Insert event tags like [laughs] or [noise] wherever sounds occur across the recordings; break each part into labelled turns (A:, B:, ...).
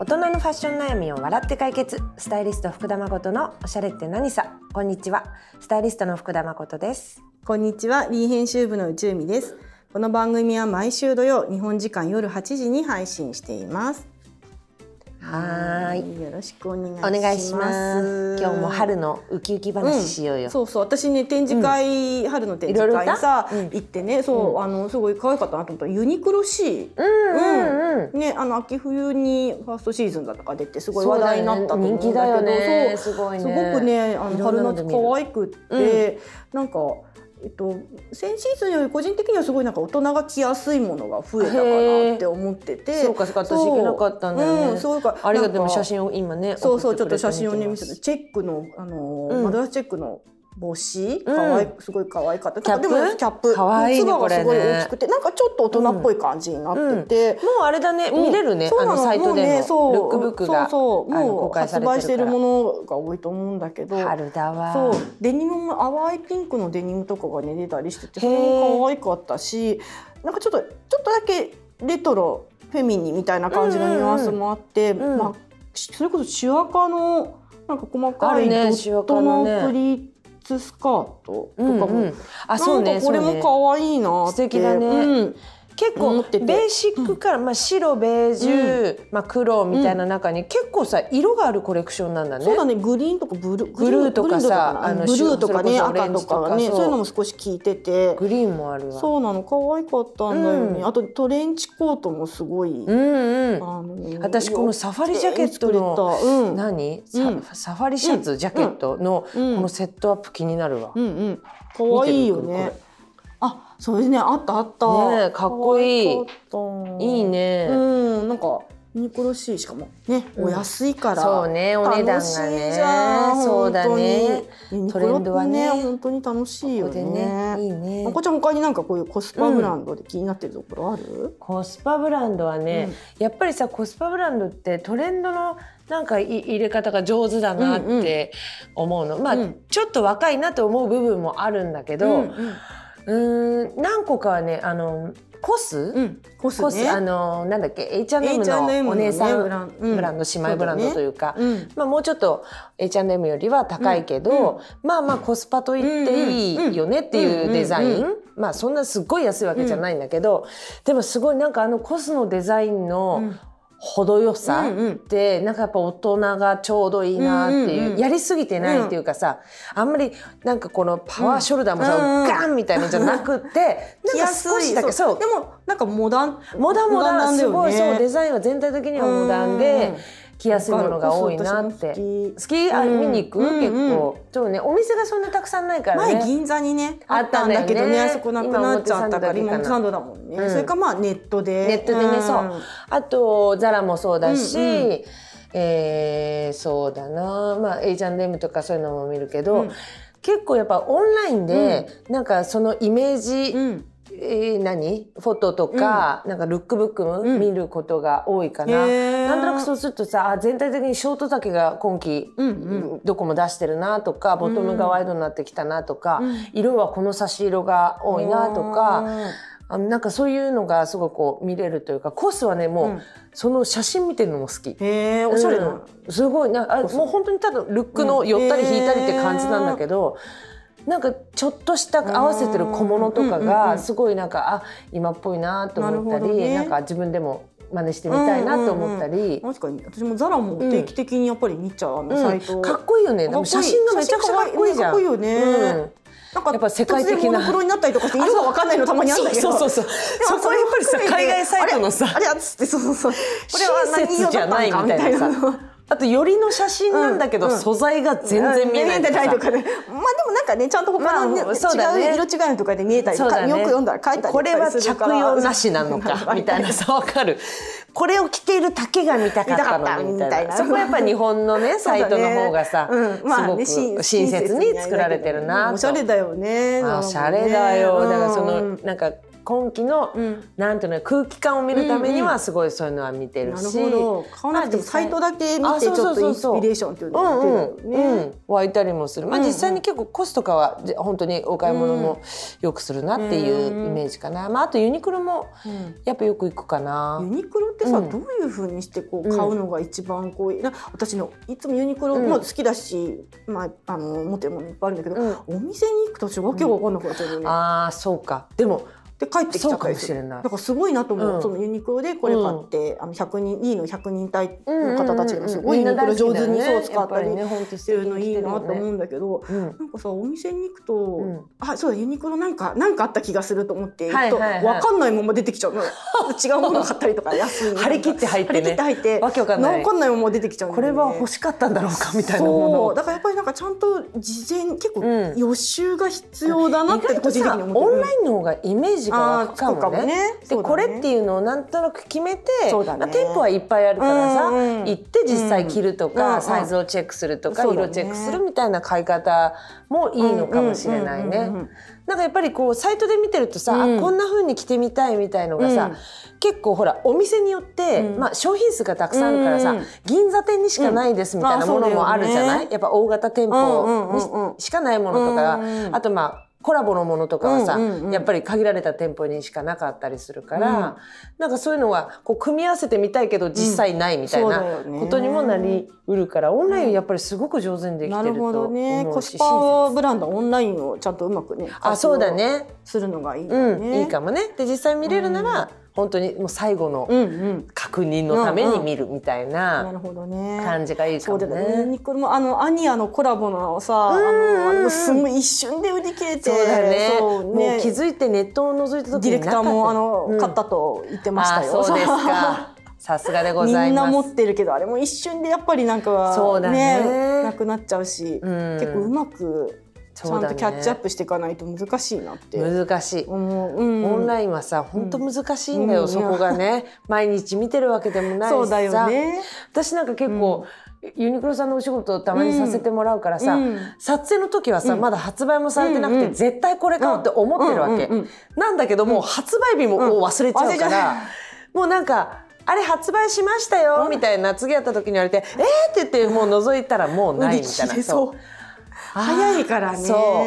A: 大人のファッション悩みを笑って解決スタイリスト福田誠のおしゃれって何さこんにちはスタイリストの福田誠です
B: こんにちは、リー編集部の内海です。この番組は毎週土曜、日本時間夜8時に配信しています。
A: はーい
B: よろしくお願いし
A: お
B: ます。
A: 願いします今日も春のウキウキ話しようよ、
B: そうそう、私ね展示会、春の展示会にさ、
A: いろいろ歌
B: 行ってね、そう、あのすごい可愛かったなと思ったユニクロ C。
A: うんうんうん
B: ね、あの秋冬にファーストシーズンだとか出てすごい
A: そう
B: 話
A: だ
B: 題
A: よね
B: になったと思うんだけ
A: 人
B: ど
A: 気だよね
B: そう
A: すごいね
B: すごくねあ
A: いろ
B: の
A: ん
B: 春
A: なの
B: 夏
A: で見る
B: 可愛くって、なんか、えっと、先シーズンより個人的にはすごいなんか大人が着やすいものが増えたかなって思ってて
A: そうかそうか私行けなかったんだよね、
B: うん、すごいか
A: ありがと
B: な
A: うん
B: か
A: 写真を今ね
B: そうそうち
A: 送
B: ょってと
A: くれて
B: 写真をね見せ
A: ます
B: てチェックのあのー、
A: うん
B: マドラスチェックの帽子可愛いすごい可愛かった
A: キャップ
B: でもキャップ
A: 可愛いね
B: つばがすごい
A: これね
B: 大きくてなんかちょっと大人っぽい感じになってて、
A: もうあれだね見れるね、
B: そう
A: あ
B: な
A: のサイトでも
B: うねそう
A: ルックブックが
B: そうそう
A: あの
B: も
A: 公
B: う
A: 開さ
B: 発
A: れてるから
B: 売してるものが多いと思うんだけど
A: 春だわ
B: そうデニムも淡いピンクのデニムとかがね出たりしてて
A: へー
B: それも可愛かったしなんかちょっとちょっとだけレトロフェミニンみたいな感じのニュアンスもあって、
A: んうんうん
B: まあ、しそれこそシワカのなんか細か
A: ある
B: いド
A: ねシワ
B: ッ
A: カ
B: ト
A: の
B: の
A: ね
B: プリーツスカートとか
A: うん
B: も、
A: うん、あそう
B: な
A: ね
B: んかこれ
A: そうね
B: も可愛いなって
A: 素敵だね
B: うん
A: 結構、
B: 思ってて
A: ベーシックから、まあ、白ベージュ、まあ、黒みたいな中に、結構さ色があるコレクションなんだね。
B: そうだね、グリーンとかブルー、
A: ブルーとかさ
B: グリーン
A: あの
B: ブルーとかね、
A: 白それこそ
B: 赤とかは
A: オレンジ
B: ね、
A: とかそう
B: そういうのも少し効いてて。
A: グリーンもあるわ。
B: そうなの、可愛かったんだよね。
A: うん
B: あとトレンチコートもすごい。
A: うんうん。
B: あの
A: 私このサファリジャケットの、
B: よく作れたうん、
A: 何サ,、
B: うん
A: サファリシャツ、
B: うん
A: ジャケットの、
B: うん
A: このセットアップ気になるわ。
B: うんうん、可愛いよ
A: 見てるこ
B: ね
A: れ。
B: あ、そうですね、あったあった。
A: ねえかっこいい
B: 可愛かった
A: いい。ね、
B: うん、なんか。ユニクロ C しかもね、
A: うん
B: お安いから
A: そうねお値段
B: 楽し
A: が
B: い
A: ね
B: じゃん
A: そうだね
B: 本当にユニ
A: ト
B: ク
A: レ
B: ロ
A: ン
B: って
A: ドはね
B: ね本当に楽しい
A: こ
B: よ
A: こで
B: ね
A: ねいいね
B: あこちゃん他になんかこういうコスパブランドで気になってるところある、
A: コスパブランドはね、やっぱりさコスパブランドってトレンドのなんかい入れ方が上手だなって思うの、まあ、
B: うん
A: ちょっと若いなと思う部分もあるんだけど、うーん、何個かはねあのコス、
B: うん、コスね
A: コスあのなんだっけ H&M のお姉さんブランド、
B: うん
A: 姉妹ブランドというか。
B: そうだね
A: まあ、もうちょっと H&M よりは高いけど、まあまあコスパと言っていいよねっていうデザイ
B: うんうん
A: ンまあそんなすっごい安いわけじゃないんだけど、でもすごいなんかあのコスのデザイン
B: う
A: の
B: ん
A: 程よさ
B: うんうん
A: ってなんかやっぱ大人がちょうどいいなっていう、
B: うんうんうん
A: やりすぎてないっていうかさあんまりなんかこのパワーショルダーもさ、
B: うんうん
A: ガンみたいなのじゃなくて、
B: [laughs] 着
A: な
B: や
A: んか
B: す
A: 少
B: い
A: しだけそう
B: でもなんかモダン
A: モダンモダン、
B: だ
A: す
B: よ
A: ごい
B: ね
A: そうデザインは全体的にはモダンで
B: うん
A: 着やすいものが多いなっ
B: わか
A: て
B: る私も好
A: 好きあ
B: うん
A: 見に行く
B: うん
A: 結構そうねお店がそんなたくさんないから
B: 前
A: ね
B: 銀座にね
A: あ
B: あ
A: っ
B: ったた
A: ん
B: ん
A: だよ
B: だ
A: ね
B: けどねあそこなくなっちゃったから
A: 今
B: 今
A: 表
B: 表
A: 参
B: 参
A: 道
B: 道だもんね、
A: うん
B: それかまあネットで
A: ネットでねそうあとザラもそうだし
B: うんう
A: えーそうだなまあ H&M とかそういうのも見るけ
B: う
A: ど
B: ん
A: 結構やっぱオンラインでなんかそのイメージ
B: うん、うん
A: えー何フォトとか、なんかルックブックも
B: ん
A: 見ることが多いかな、
B: へー
A: なんとなくそうするとさあ全体的にショート丈が今季、
B: うん
A: どこも出してるなとかボトムがワイドになってきたなとか、
B: うん
A: 色はこの差し色が多いなとか、あなんかそういうのがすごくこう見れるというかコースはねもう、
B: うん
A: その写真見てるのも好き。
B: へえおしゃれな、
A: うんすごいなんかあもう本当にただルックの
B: うん
A: 寄ったり引いたりって感じなんだけど、なんかちょっとした合わせてる小物とか
B: うんうんうんう
A: が
B: ん
A: すごいなんかあ今っぽいなと思った
B: なるほ
A: り
B: ど
A: な,、
B: ね
A: んか自分でも真似してみたいなと思ったり、
B: 確かに私もザラも定期的にやっぱり見ちゃう、あ
A: う
B: の
A: ん
B: サイト、
A: かっこいいよねでも写真がめちゃくちゃかっこいいじゃん。
B: かっこいいよね
A: うん
B: なんか
A: やっぱ世界的な
B: 突然モノクロになったりとかして色がわかんないのたまにあるんだけど
A: そうそうそうそうそこはやっぱりさ海外サイトのさ
B: あれあれっつってそうそうそうこれは
A: 親
B: 何
A: 切
B: 色
A: じ
B: だ
A: ゃ
B: っ
A: ない
B: たん
A: み
B: かみ
A: た
B: た
A: い
B: い
A: な
B: な
A: さ
B: の
A: あとよりの写真なんだけど、
B: うんうん
A: 素材が全然見えない
B: うん
A: と
B: 全
A: かさ
B: 然見えないとか [laughs] ねまあでもなんかねちゃんと他の、ね
A: まあそうだね
B: 違う色違いのとかで見えたりと
A: そう
B: か、
A: だね
B: よく読んだら書いたりとか
A: これは
B: する
A: 着
B: から
A: 用なしなの
B: [laughs]
A: かみたいなさわかるこれを着ている丈が見たかったのにみ
B: 見
A: た
B: たか
A: いな
B: ったみたいな
A: そこはやっぱ日本のね
B: [laughs] そ
A: サ
B: う
A: イ
B: だ
A: ト
B: ね
A: の方がさ、
B: うんまあね
A: すごく
B: 親
A: 親切に
B: やり
A: 作られてるな
B: うんおし
A: と
B: ゃれだよね
A: あおしゃれだよ、だからそ
B: うん
A: のなんか今期の
B: うん
A: なんていうの空気感を見るために
B: うんう
A: は
B: ん
A: すごいそういうのは見てる
B: なる
A: し、
B: ほど買わなくて
A: まあ実
B: もサ
A: 際
B: イトだけ見
A: あ
B: てち
A: そう
B: ょ
A: そ
B: っ
A: う
B: と
A: そ
B: イ
A: う
B: ンス
A: そう
B: ピレーションっていう
A: う
B: のが
A: ん
B: 出て
A: う
B: るよね、
A: んうん、湧いたりもする、まあ、
B: うんうん
A: 実際に結構コストかはじ本当にお買い物もよくするなっていうイメージかな、まあ、あとユニクロもやっぱよく行くかな。
B: ユニクロってさ、
A: うん
B: どういうふうにしてこ
A: う
B: うん買うのが一番こう、な私のいつもユニクロ
A: うん
B: も好きだし、まあ、あの持ってるものいっぱいあるんだけど、
A: うん、
B: お店に行くとちょっとわけが分かんなくなっちゃうのよね、
A: ああそうかでも
B: で帰ってきち
A: そう
B: ゃった
A: か
B: り
A: も
B: す
A: し
B: る
A: れない
B: だか。らすごいなと思う、
A: うん
B: そのユニクロでこれ買って、あの100人2位の100人隊の方たちがすごいユニクロ上手にそう使ったり
A: ね、本当
B: してるのいいなと思うんだけど、
A: うん。
B: なんかさお店に行くと、
A: うん、
B: あそうだユニクロなんかなんかあった気がすると思って行
A: は
B: く
A: い
B: と、
A: はいはい
B: わかんないまま出てきちゃうの違うもの買ったりとか安いの
A: 張り切って入っ
B: 張り
A: て
B: 切っ
A: ね
B: て。入って
A: わけわかんな
B: わ
A: い。
B: かんないまま出てきちゃうん
A: こ
B: だ
A: れ
B: よね、
A: は欲しかったんだろうかみたいな
B: そう
A: も
B: だからやっぱりなんかちゃんと事前結構
A: うん
B: 予習が必要だ
A: の。
B: なっ
A: 意
B: て
A: 外
B: 個
A: と
B: 人的
A: さ
B: に思
A: オ
B: って
A: ンラインの方がイメージが
B: あ
A: 湧
B: ー
A: くか
B: そうか
A: も
B: も
A: ね。
B: ね
A: で、これって
B: いう
A: いうのをなんとなく決めて、
B: そうだね
A: まあ、店舗はいっぱいあるからさ、
B: うんうん
A: 行って実際着ると
B: うん
A: か、
B: うん
A: サイズをチェックするとか、
B: そうだね
A: 色チェックするみたいな買い方もいいのかもしれないね。なんかやっぱりこうサイトで見てるとさ、
B: うん
A: あこんな風に着てみたいみたいのがさ、結構ほらお店によって、
B: うん
A: まあ、商品数がたくさんあるからさ、
B: うん
A: 銀座店にしかないですみたいなものもあるじゃ
B: うんあそうだ
A: な
B: よ
A: い、
B: ね
A: やっぱ大型店舗にし,、
B: うんうんうんうん
A: かないものとか、
B: うんうん
A: あとまあコラボのものとかはさ、
B: うんうんうん
A: やっぱり限られた店舗にしかなかったりするから、なんかそういうのはこう組み合わせてみたいけど実際ないみたい
B: うんそう
A: な
B: だよね
A: ことにもなりうるから、オンラインやっぱりすごく上手にでき
B: な
A: て
B: る
A: ると
B: ほどね
A: 思
B: コ
A: うし、
B: スパブランドはオンラインをちゃんとうまくね
A: あそうだね
B: するのがいいよ
A: うん、
B: ね
A: いいかもね。で実際見れるなら、本当にもう最後の
B: うんうん
A: 確認のために見るみたい
B: な
A: な
B: るほどね
A: 感じがいいか
B: そう
A: も
B: だね。ユ
A: ね。
B: ニクロもあのアニアのコラボのさ、あ
A: うんうん
B: のあれもすごい一瞬で売り切れて、
A: そうだね
B: そうね
A: もう気づいてネットを覗いた時
B: ディ
A: になかった
B: レクターもあの、
A: うん
B: 買ったと言ってました
A: あ
B: よ。
A: そうです
B: [laughs]
A: か。さすがでござ
B: み
A: い
B: んな
A: ます。
B: 持ってるけどあれも一瞬でやっぱりなんか
A: そうだね
B: なくなっちゃうし、
A: うん
B: 結構うまくちゃ
A: そ
B: ん
A: うだ
B: と
A: ね
B: キャッチアップしていかないと難しいなって
A: 難しい。
B: 思う。うん
A: オンラインはさ、本当難しいんだよ、
B: うん
A: そこが
B: [laughs]
A: ね。毎日見てるわけでもないしさ。
B: そうだよね。
A: 私なんか結構、ユニクロさんのお仕事をたまにさせてもらうからさ、
B: うん
A: 撮影の時はさ、まだ発売もされてなくて、
B: うんうん
A: 絶対これ買おうって思ってるわけ、
B: うんうんうん
A: なんだけどもう発売日ももう忘れちゃうから、
B: うん忘れちゃ
A: もうなんか「あれ発売しましたよ」みたいな次やった時に言われて「えー!」って言ってもう覗いたらもう
B: 売
A: ないみ
B: り
A: たい
B: 切
A: な
B: れそう。早いからね。
A: そ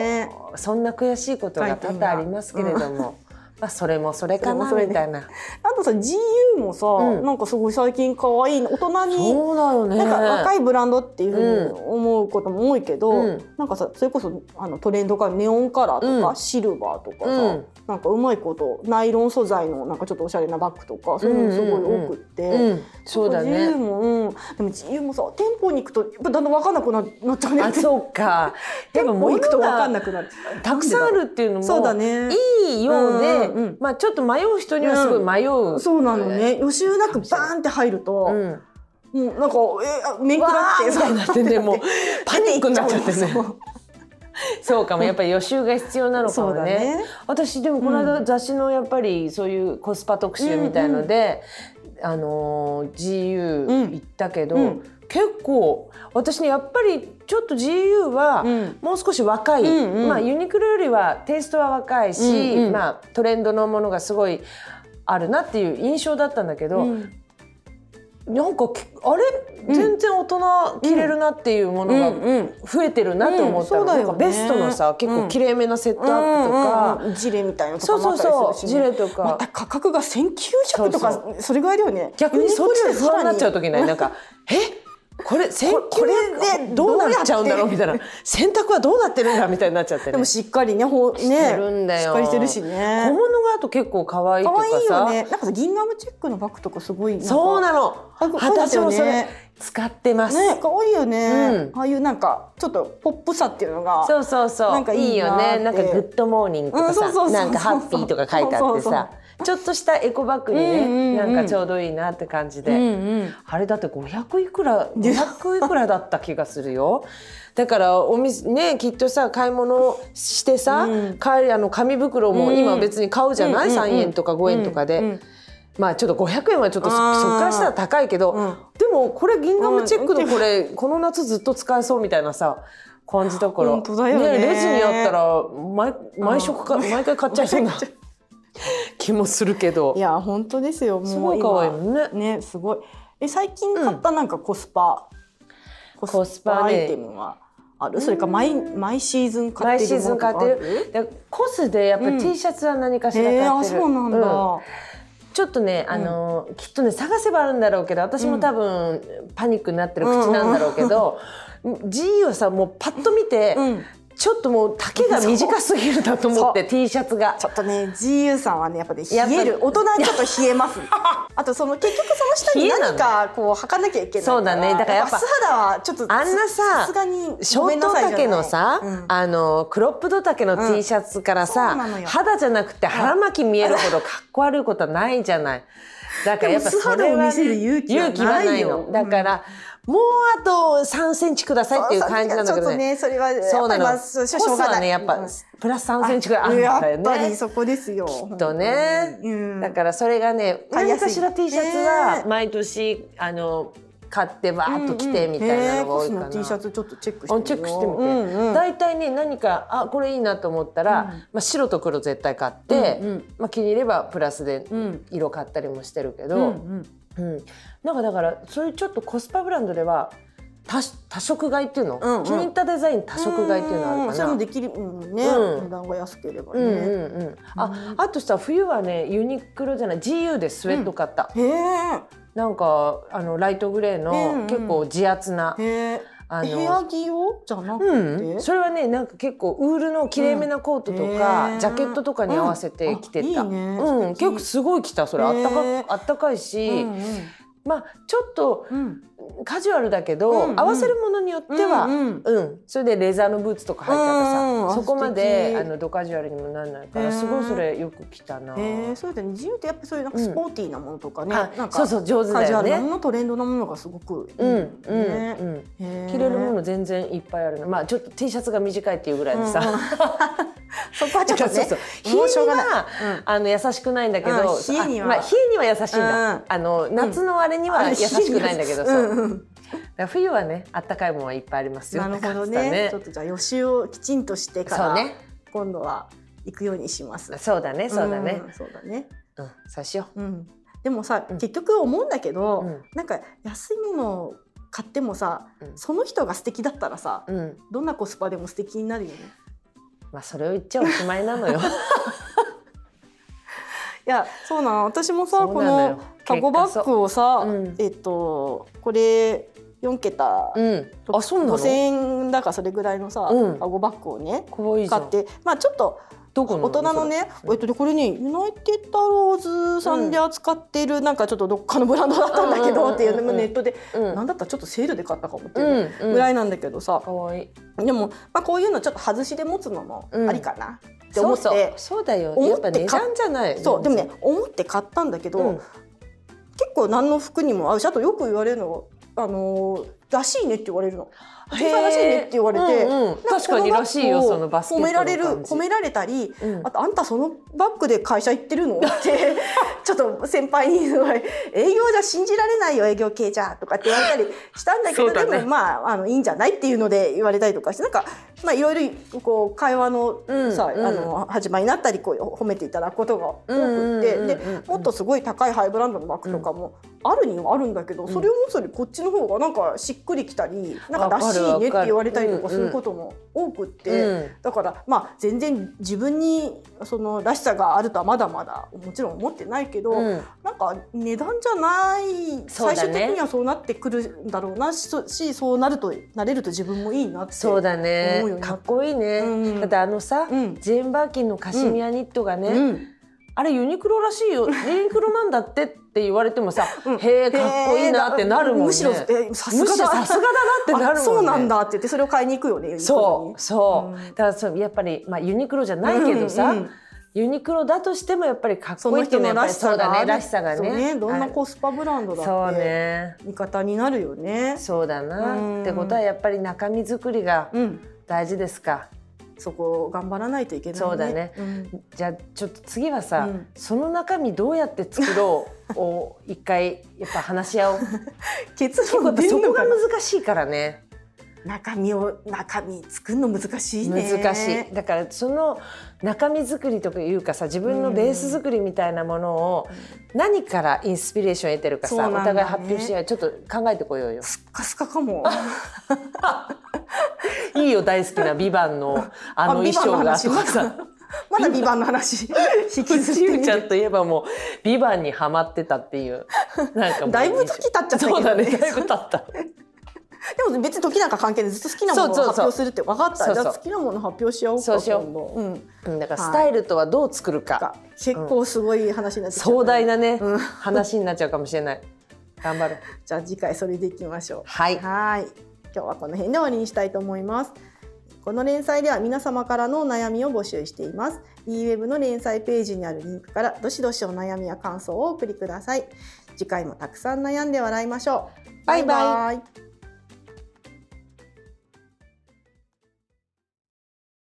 A: うそんな悔しいことが多々ありますけれども、まあそれもそれかな
B: それもそれで
A: みたいな。
B: あとさ GU もさ、
A: うん
B: なんかすごい最近可愛いな大人に
A: うだよね
B: なんか若いブランドっていうふうに思うことも多いけど、
A: うん
B: なんかさそれこそあのトレンドからネオンカラーとか、
A: うん
B: シルバーとかさ、
A: うん
B: なんかうまいことナイロン素材のなんかちょっとおしゃれなバッグとかそういうのもすごい多くって。
A: うん、そうだ
B: なんか自由
A: ね。
B: も、うん、でも自由もさ店舗に行くとやっぱだんだん分かんなくななっちゃうね
A: あそうか。
B: [laughs]
A: でも
B: 店舗
A: も
B: 行
A: う
B: くと分かん
A: な
B: なくなる
A: たくさんあるっていうのも
B: そうだね
A: いいようで、
B: うんうんうん
A: まあちょっと迷う人にはすごい迷う。
B: そうなのね予習なくバーンって入ると、
A: うん。わ
B: もうなんかえあ面食らって
A: ーみたいになってね
B: [laughs]
A: もうパニックになっちゃって
B: そ
A: ね。
B: う
A: そうかもやっぱり予習が必要なのかも
B: そうだ
A: ね。
B: ね
A: 私でもこの間雑誌のやっぱりそういうコスパ特集みたいので、あのー GU 行ったけど、
B: うんうん
A: 結構私ねやっぱりちょっと GU は、
B: うん
A: もう少し若い、
B: うんうん
A: まあ、ユニクロよりはテイストは若いし、
B: うんうん
A: まあ、トレンドのものがすごいあるなっていう印象だったんだけど、なんかきあれ全然大人着れるなっていうものが増えてるなと思ったの、
B: うんそうだよね
A: なんかベストのさ結構きれいめなセットアップとか。
B: うんうんうんジレみたいなのと
A: そ
B: か
A: う
B: も
A: そ
B: あ
A: う
B: ったりするしね、
A: そう、ジレと
B: ま
A: か
B: た。価格が1900とか
A: そ
B: それぐらいだよね
A: 逆にそっちで不安になっちゃう
B: と
A: 時ない、なんか、え、これ、せん、こ
B: これ
A: れ
B: で
A: で、どうなっちゃうんだろう
B: [laughs] どうやって
A: みたいな。洗濯はどうなってるんだみたいになっちゃって、ね。
B: でもしっかりねほうね
A: してるんだよ
B: しっかりしてるし
A: 小
B: ね
A: 物があと結構可愛いと
B: 可
A: かさ。
B: 愛いよねなんかさギンガムチェックのバッグとかすごい
A: そう
B: な
A: なの。
B: あそうだ
A: 私
B: よ
A: も
B: ね
A: それ使ってま
B: ん
A: す。
B: かね可愛いよね、
A: うん
B: ああいうなんかちょっとポップさっていうのが
A: そうそうそう。
B: なんかいいない
A: いよ
B: っ
A: ね。
B: て
A: なんかグッドモーニングとか
B: う
A: さ
B: んそうそうそう、そう
A: なんかハッピーとか書いてあってさ、ちょっとしたエコバッグに
B: うんうん
A: ね、な
B: う
A: んんかちょうどいいなって感じ
B: う
A: で。
B: んうん
A: あれだって500いくら500いくらだった気がするよ。
B: [laughs]
A: だからお店ねきっとさ買い物してさ、
B: うん
A: 帰りあの紙袋も
B: うん
A: 今別に買うじゃない、
B: うんうんうん
A: 3円とか5円とかで、
B: うんうん
A: まあちょっと500円はちょっとそ
B: あー
A: そっからしたら高いけど、
B: うん
A: でもこれギンガムチェック
B: う
A: の
B: ん
A: これ、この夏ずっと使えそうみたいなさ感じだから
B: 本当だよね [laughs]
A: レジにあったら毎毎食か毎回買っちゃいそうな気もするけど
B: いや本当ですよもう
A: すごい可愛いもんね
B: ねすごいえ最近買ったなんかコスパ、
A: コスパ
B: ア
A: ね
B: イテムはあるそれか毎毎シーズン買
A: 毎
B: って
A: シ
B: る
A: ーズ
B: もの
A: ン
B: と
A: 買
B: か
A: ってるでコスでやっぱ
B: うん
A: り T シャツは何かしら買って
B: え
A: る、
B: ー、あそうなんだ、
A: うんちょっとね、あのきっとね探せばあるんだろうけど私も多分、パニックになってる口なんだろうけど、G [laughs] をさもうパッと見て、
B: うん
A: ちょっともう丈が短すぎるだと思って T シャツが
B: ちょっとね GU さんはねやっぱね冷
A: やっぱり
B: える大人はちょっと冷え
A: [laughs]
B: ますあとその結局その下に
A: 冷えな
B: 何
A: の
B: かこう履かなきゃいけないから
A: そうだねだからやっぱ
B: 素肌はちょっと
A: あんなさ
B: すがに
A: ショート丈のさ、
B: ごめんなさいじゃないうん
A: あのクロップド丈の T シャツから
B: そう
A: さ、
B: なのよ
A: 肌じゃなくて腹巻き見えるほどかっこ悪いことはないじゃない。
B: [laughs]
A: だからやっぱ
B: でも素
A: そ
B: 肌
A: れ
B: を
A: は、
B: 見せる勇気はな
A: 勇
B: いよ
A: 気はないのだから、もうあと3センチくださいっていう感じなんだけどね。
B: そうそうちょっとねそれはやっぱり
A: そうなの。
B: まあ
A: コ
B: しょ
A: ス
B: しょうがない
A: はねやっぱ、
B: うん
A: プラス3センチくらいあるんだよね。
B: やっぱりそこですよき
A: とね、
B: うん、
A: だからそれがね
B: 買いや
A: 何
B: すい
A: かしら T シャツ
B: ね
A: は毎年、あの買ってバーっと着てみたいなのが多いかな。
B: うんうんへーコスの T シャツちょっとチェックして
A: あ
B: みよう
A: チェックしてみて、
B: うんうん
A: 大体ね何かあこれいいなと思ったら、まあ、白と黒絶対買って、
B: うんうん
A: まあ、気に入ればプラスで
B: うん
A: 色買ったりもしてるけ
B: うんう
A: ど、
B: ん
A: うんなんかだからそういうちょっとコスパブランドでは多多色買いっていうの、
B: うんうん
A: 気に入ったデザイン多色買いっていうのある
B: ん
A: か
B: それ
A: な。
B: もできるうんね、
A: うん
B: 値段が安ければ
A: う
B: ね、
A: んうんうん、ああとさ冬はねユニクロじゃない GU でスウェット買った、
B: へえ
A: なんかあのライトグレー
B: うんう
A: の
B: ん
A: 結構地厚な、
B: へえ。
A: あの
B: 部屋着用じゃなくて、
A: うん、それはねなんか結構ウールのきれいめなコートと
B: うんへ
A: か、
B: ー
A: ジャケットとかに合わせて着てた、
B: うんあいいね
A: うん、
B: 素敵
A: 結構すごい着たそれあったか,、
B: へー
A: あったかいし、
B: うん
A: まあちょっと
B: うんうん
A: カジュアルだけど、
B: うんうん
A: 合わせるものによっては、
B: う
A: うんんそれでレザーのブーツとか履い
B: うん
A: た
B: う
A: ら
B: んあ
A: さそこま
B: 素
A: で
B: 敵
A: あのドカジュアルにもならないか
B: へー
A: らすごいそれよく着たな。
B: えー、そうだね。自由ってやっぱそういうなんか
A: うん
B: スポーティーなものとかね、
A: あ
B: なんか
A: そうそう上手
B: カ
A: だ
B: ジュア
A: よ
B: ルなも
A: ね。
B: のトレンドなものがすごくい
A: う
B: い
A: ん
B: よ
A: うん
B: ね。
A: うん
B: へー
A: 着れるもの全然いっぱいあるの。まあちょっと T シャツが短いっていうぐらいでさ、 [laughs]
B: うん [laughs] うんそこはちょっとね、
A: そうそう
B: も
A: そうう
B: し
A: 日
B: ょう
A: には
B: がない。
A: あの優しくないんだけど、
B: うん日には
A: あまあ、日には優しいんだ、
B: うん
A: あの夏のあれには優しくないんだけどさ、
B: うんうん
A: だから冬はねあったかいものはいっぱいありますよ
B: なるほど
A: って感じ
B: ね
A: だ
B: ちょっとじゃあ予習をきちんとしてか
A: そう
B: ら、
A: ね
B: 今度は行くようにします。
A: そうだねそうだね
B: んそうだね。
A: うん、そうしよ
B: うん、でもさ、
A: うん
B: 結局思うんだけど、
A: うん
B: なんか安いものを買ってもさ、
A: うん
B: その人が素敵だったらさ、
A: ううん
B: どんなコスパでも素敵になるよね。
A: まあそれを言っちゃおしまいなのよ
B: いや [laughs] そうなの私もさ
A: そう
B: こ
A: なの
B: の
A: よ
B: タコバッグをさ、
A: うん
B: えっとこれ4桁、
A: うんあそうなの
B: 5,000円だからそれぐらいのさ、
A: うん
B: タコバッグをね
A: かわいいじゃ
B: 買
A: ん
B: ってまあちょっと
A: どこの
B: 大人のね、えっとね、これねユナイテッドアローズさんで扱っている、なんかちょっとどっかのブランドだったんだけどっていう
A: うんうんうん
B: の
A: うん
B: ネットで、
A: うん
B: なんだったらちょっとセールで買ったかもって
A: う
B: いうん
A: うん
B: ぐらいなんだけどさ、
A: かわいい
B: でも、まあ、こういうのちょっと外しで持つのもありかなっ
A: そ
B: て思
A: う
B: って、
A: そうそうだよ
B: 思
A: や
B: っ
A: ってぱ
B: 買っ
A: 値段じゃない
B: そうでもね思って買ったんだけど、
A: うん
B: 結構何の服にも合うしあとよく言われるのが、あのーらしいねって言われるの。
A: へー
B: デザインらしいねって言われて、
A: うんうん
B: なんか
A: 確かにらしいよ
B: こ
A: そのバスケット
B: 褒
A: の
B: められる
A: 感じ
B: 褒められたり、
A: うん
B: あとあんたそのバッグで会社行ってるのって
A: [laughs]
B: ちょっと先輩にすごい営業じゃ信じられないよ営業系じゃとかって言われたりしたんだけど
A: そうだね
B: でもまああのいいんじゃないっていうので言われたりとかしてなんかまあいろいろこう会話の
A: うん
B: さ、
A: うん
B: あの始まりになったりこう褒めていただくことが多くって、
A: うんうんうんうん
B: でもっとすごい高いハイブランドのバッグとかもあるにはあるんだけど、それを持つよりこっちの方がなんかしっくりきたりなんからしいねって言われたりとかすることも多くって、
A: うん
B: だからまあ全然自分にそのらしさがあるとはまだまだもちろん思ってないけど、
A: うん
B: なんか値段じゃない、
A: そ
B: 最
A: うだね
B: 終的にはそうなってくるんだろうなししそうなるとなれると自分もいいなって
A: そうだね
B: 思うようにな
A: か
B: っ
A: っこいいね、
B: うん
A: だってあのさ、
B: うん
A: ジェーン・バーキンのカシミヤニットがね、
B: うん
A: あれユニクロらしい
B: [laughs]
A: よユニクロなんだってって言われてもさ、へえかっこいいなってなるもんね
B: むしろえさすがだ
A: むしろさすがだなってなるもんね
B: あそうなんだって言ってそれを買いに行くよねユニクロ
A: そう
B: に
A: そう、だからそうやっぱり、まあ、ユニクロじゃないけどさ、
B: うんうん
A: ユニクロだとしてもやっぱりかっ
B: そ
A: こい
B: の
A: いってい
B: 人
A: うの
B: の
A: はやっぱ
B: ら
A: り
B: しさ
A: そう
B: があ
A: だ
B: る
A: ねらしさが
B: そう
A: ね
B: どんな
A: あ
B: コスパブランド
A: る
B: だ
A: そう
B: って
A: ね
B: 味方になるよね
A: そうだな、
B: うん
A: ってことはやっぱり中身作りが
B: うん
A: 大事ですか、
B: そこを頑張らないといけないね
A: そうだね
B: ん
A: じゃあちょっと次はさ、
B: うん
A: その中身どうやって作ろ [laughs] うを一回やっぱ話し合おう。
B: 結
A: やっ
B: 論
A: ぱ
B: 出
A: そ
B: ん
A: こ
B: の
A: が
B: かな
A: 難しいからね。
B: 中身を中身作るの難しいね
A: 難しいだからその中身作りというかさ自分のベース作りみたいなものを何からインスピレーション得てるか
B: そうな
A: さ、
B: ん
A: お
B: だね
A: 互い発表し合いちょっと考えてこようよ。
B: すっかすかかも
A: [laughs] いいよ大好きな「ビバンの [laughs] あの衣装がとか
B: まだ
A: さ。
B: [laughs] まだビバン
A: [laughs]
B: の話引きずっ
A: ち
B: て
A: ゆ
B: み
A: ちゃん
B: る
A: といえばもう「ビバンにはまってたっていうなん [laughs] かもう
B: だいぶ時経っちゃったけどね
A: そうだねだいぶ経った
B: でも別に時なんか関係ないずっと好きなものを
A: そうそうそう
B: 発表するって分かった
A: そう
B: じ
A: そう
B: ゃあ好きなもの発表し合おうか
A: そうしよう
B: 今度うん、
A: うんだからスタイルとはどう作るか、
B: が結構すごい話になってきちゃった
A: 壮大なね、 [laughs]
B: うん
A: 話になっちゃうかもしれない頑張ろう
B: じゃあ次回それでいきましょう
A: はい
B: はい今日はこの辺で終わりにしたいと思いますこの連載では皆様からのお悩みを募集しています eWeb の連載ページにあるリンクからどしどしお悩みや感想をお送りください次回もたくさん悩んで笑いましょう
A: バイバイ
B: イ